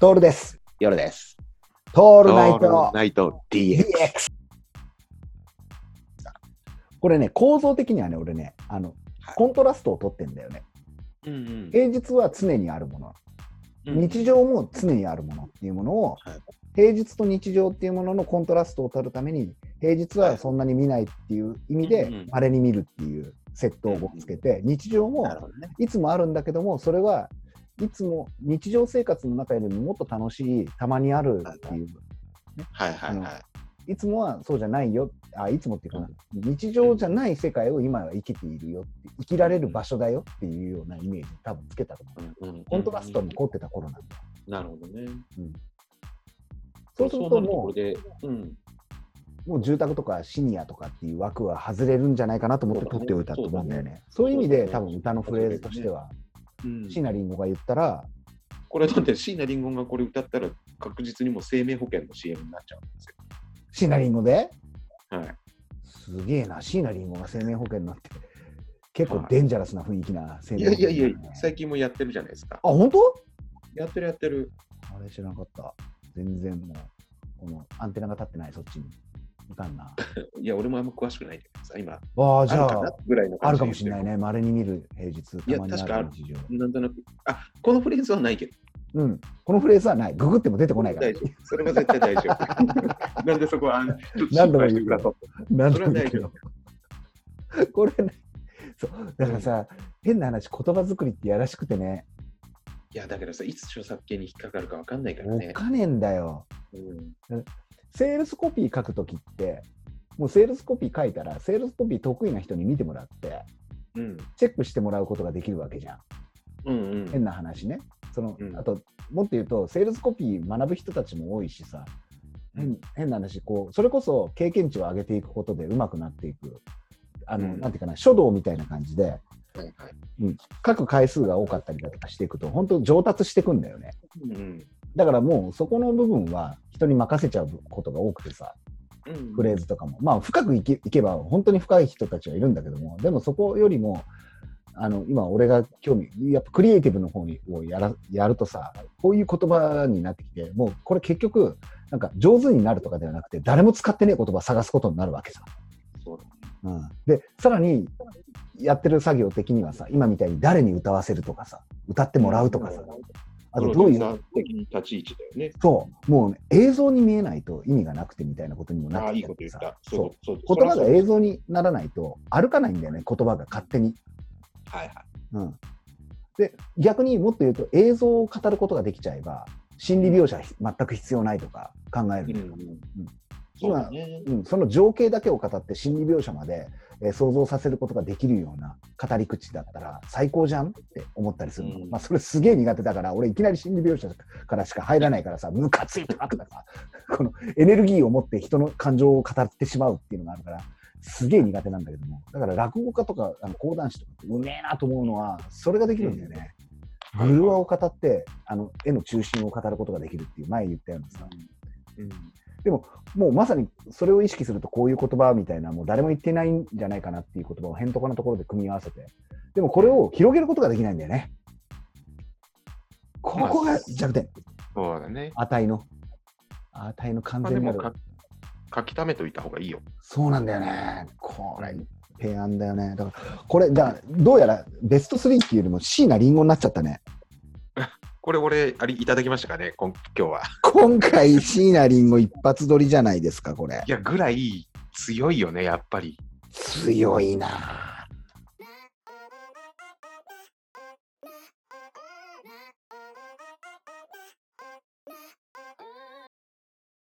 トールです。夜です。トーオルナイトナイト DX。DX。これね、構造的にはね、俺ね、あの、コントラストを取ってんだよね。うんうん平日は常にあるもの、日常も常にあるものっていうものをはい、平日と日常っていうもののコントラストを取るために、平日はそんなに見ないっていう意味うんうでん、まれに見るっていうセットをつけて、日常もなるほどね。いつもあるんだけども、それはいつも日常生活の中よりももっと楽しい、たまにあるっていう、はいはいはい。いつもはそうじゃないよ、あいつもっていうかな、日常じゃない世界を今は生きているよって、生きられる場所だよっていうようなイメージ、多分つけたと思う。うんうんうんコントラストも凝ってた頃なんだよ。なるほどね。そうするとなこもれで、うん。う、もう住宅とかシニアとかっていう枠は外れるんじゃないかなと思って取っておいたと思うんだよね。そそううだいねう意味そうで、だね多分歌のフレーズとしては、うんシナリンゴが言ったら、これだって椎名林檎がこれ歌ったら確実にもう生命保険の CM になっちゃうんですシナリンゴでよ。はい。すげえな、椎名林檎が生命保険になって、結構デンジャラスな雰囲気な生い命や保い険やだね、いや、最近もやってるじゃないですか。あ、本当やってるやってる。あれ知らなかった。全然もう、このアンテナが立ってない、そっちに。いかんな。いや、俺もあんま詳しくないんだけどさ、今、ああ、あじゃるかあな、ぐらいのあ感るかじで言もっしてれないね。まれに見る平日、いやたまに確かああるる日常。なんとなく、あこのフレーズはないけど、うん。このフレーズはない。ググっても出てこないから大。丈夫。それは絶対大丈夫。 なんでそこは、あのちょっと何度心も配言してうくけださどっなんそれはだ大け丈ど。これね、そう。だからさ、変な話、言葉作りってやらしくてね、いや、だけどさ、いつ著作権に引っかかるかわかんないからおね。かねえんだよ。うんセールスコピー書くときって、もうセールスコピー書いたら、セールスコピー得意な人に見てもらって、うんチェックしてもらうことができるわけじゃん。うんうん変な話ね。そのうんあと、もっと言うと、セールスコピー学ぶ人たちも多いしさ、変変な話こう、それこそ経験値を上げていくことで上手くなっていく、あのうんなんていうかな、書道みたいな感じで、はいはい書く回数が多かったりだとかしていくと、本当、上達していくんだよね。うんうんだからもう、そこの部分は人に任せちゃうことが多くてさ、うんフレーズとかも、まあ、深くいけいけば、本当に深い人たちはいるんだけども、でもそこよりも、あの今、俺が興味、やっぱクリエイティブの方にをやらやるとさ、こういう言葉になってきて、もうこれ結局、なんか上手になるとかではなくて、誰も使ってねえ言葉探すことになるわけさ。そうだうん、で、さらにやってる作業的にはさ、今みたいに誰に歌わせるとかさ、歌ってもらうとかさ、あとどういプロう、デューサー的立ち位置だよね。そう、もうね、映像に見えないと意味がなくてみたいなことにもなあっあ、ていきいこと言っさた。そううそう言葉そがりゃ映像にならないと歩かないんだよね言葉が勝手に、そうはいはうん、で逆にもっと言うと映像を語ることができちゃえば心理描写ひ全く必要ないとか考えるい。んうだんよ、うんそうだね。うんその情景だけを語って心理描写まで、えー想像させることができるような語り口だったら最高じゃんって思ったりするの、うんまあ、それすげえ苦手だから俺いきなり心理描写からしか入らないからさムカついたとかさ このエネルギーを持って人の感情を語ってしまうっていうのがあるからすげえ苦手なんだけどもだから落語家とかあの講談師とかってうめえなと思うのはそれができるんだよね。うんグルワを語ってあの絵の中心を語ることができるっていう前言ったようなさ、うんもうまさにそれを意識するとこういう言葉みたいなもう誰も言ってないんじゃないかなっていう言葉を変とかなところで組み合わせてでもこれを広げることができないんだよねここが弱点そうだね。値の値の完まあ全でなもるか書き溜めといた方がいいよ。そうなんだよねこれ提案だよねだからこれだどうやらベスト3っていうよりも椎名林檎になっちゃったねこれ俺ありいただきましたかね、こん今日は。今回椎名林檎一発撮りじゃないですかこれいやぐらい強いよねやっぱり。強いな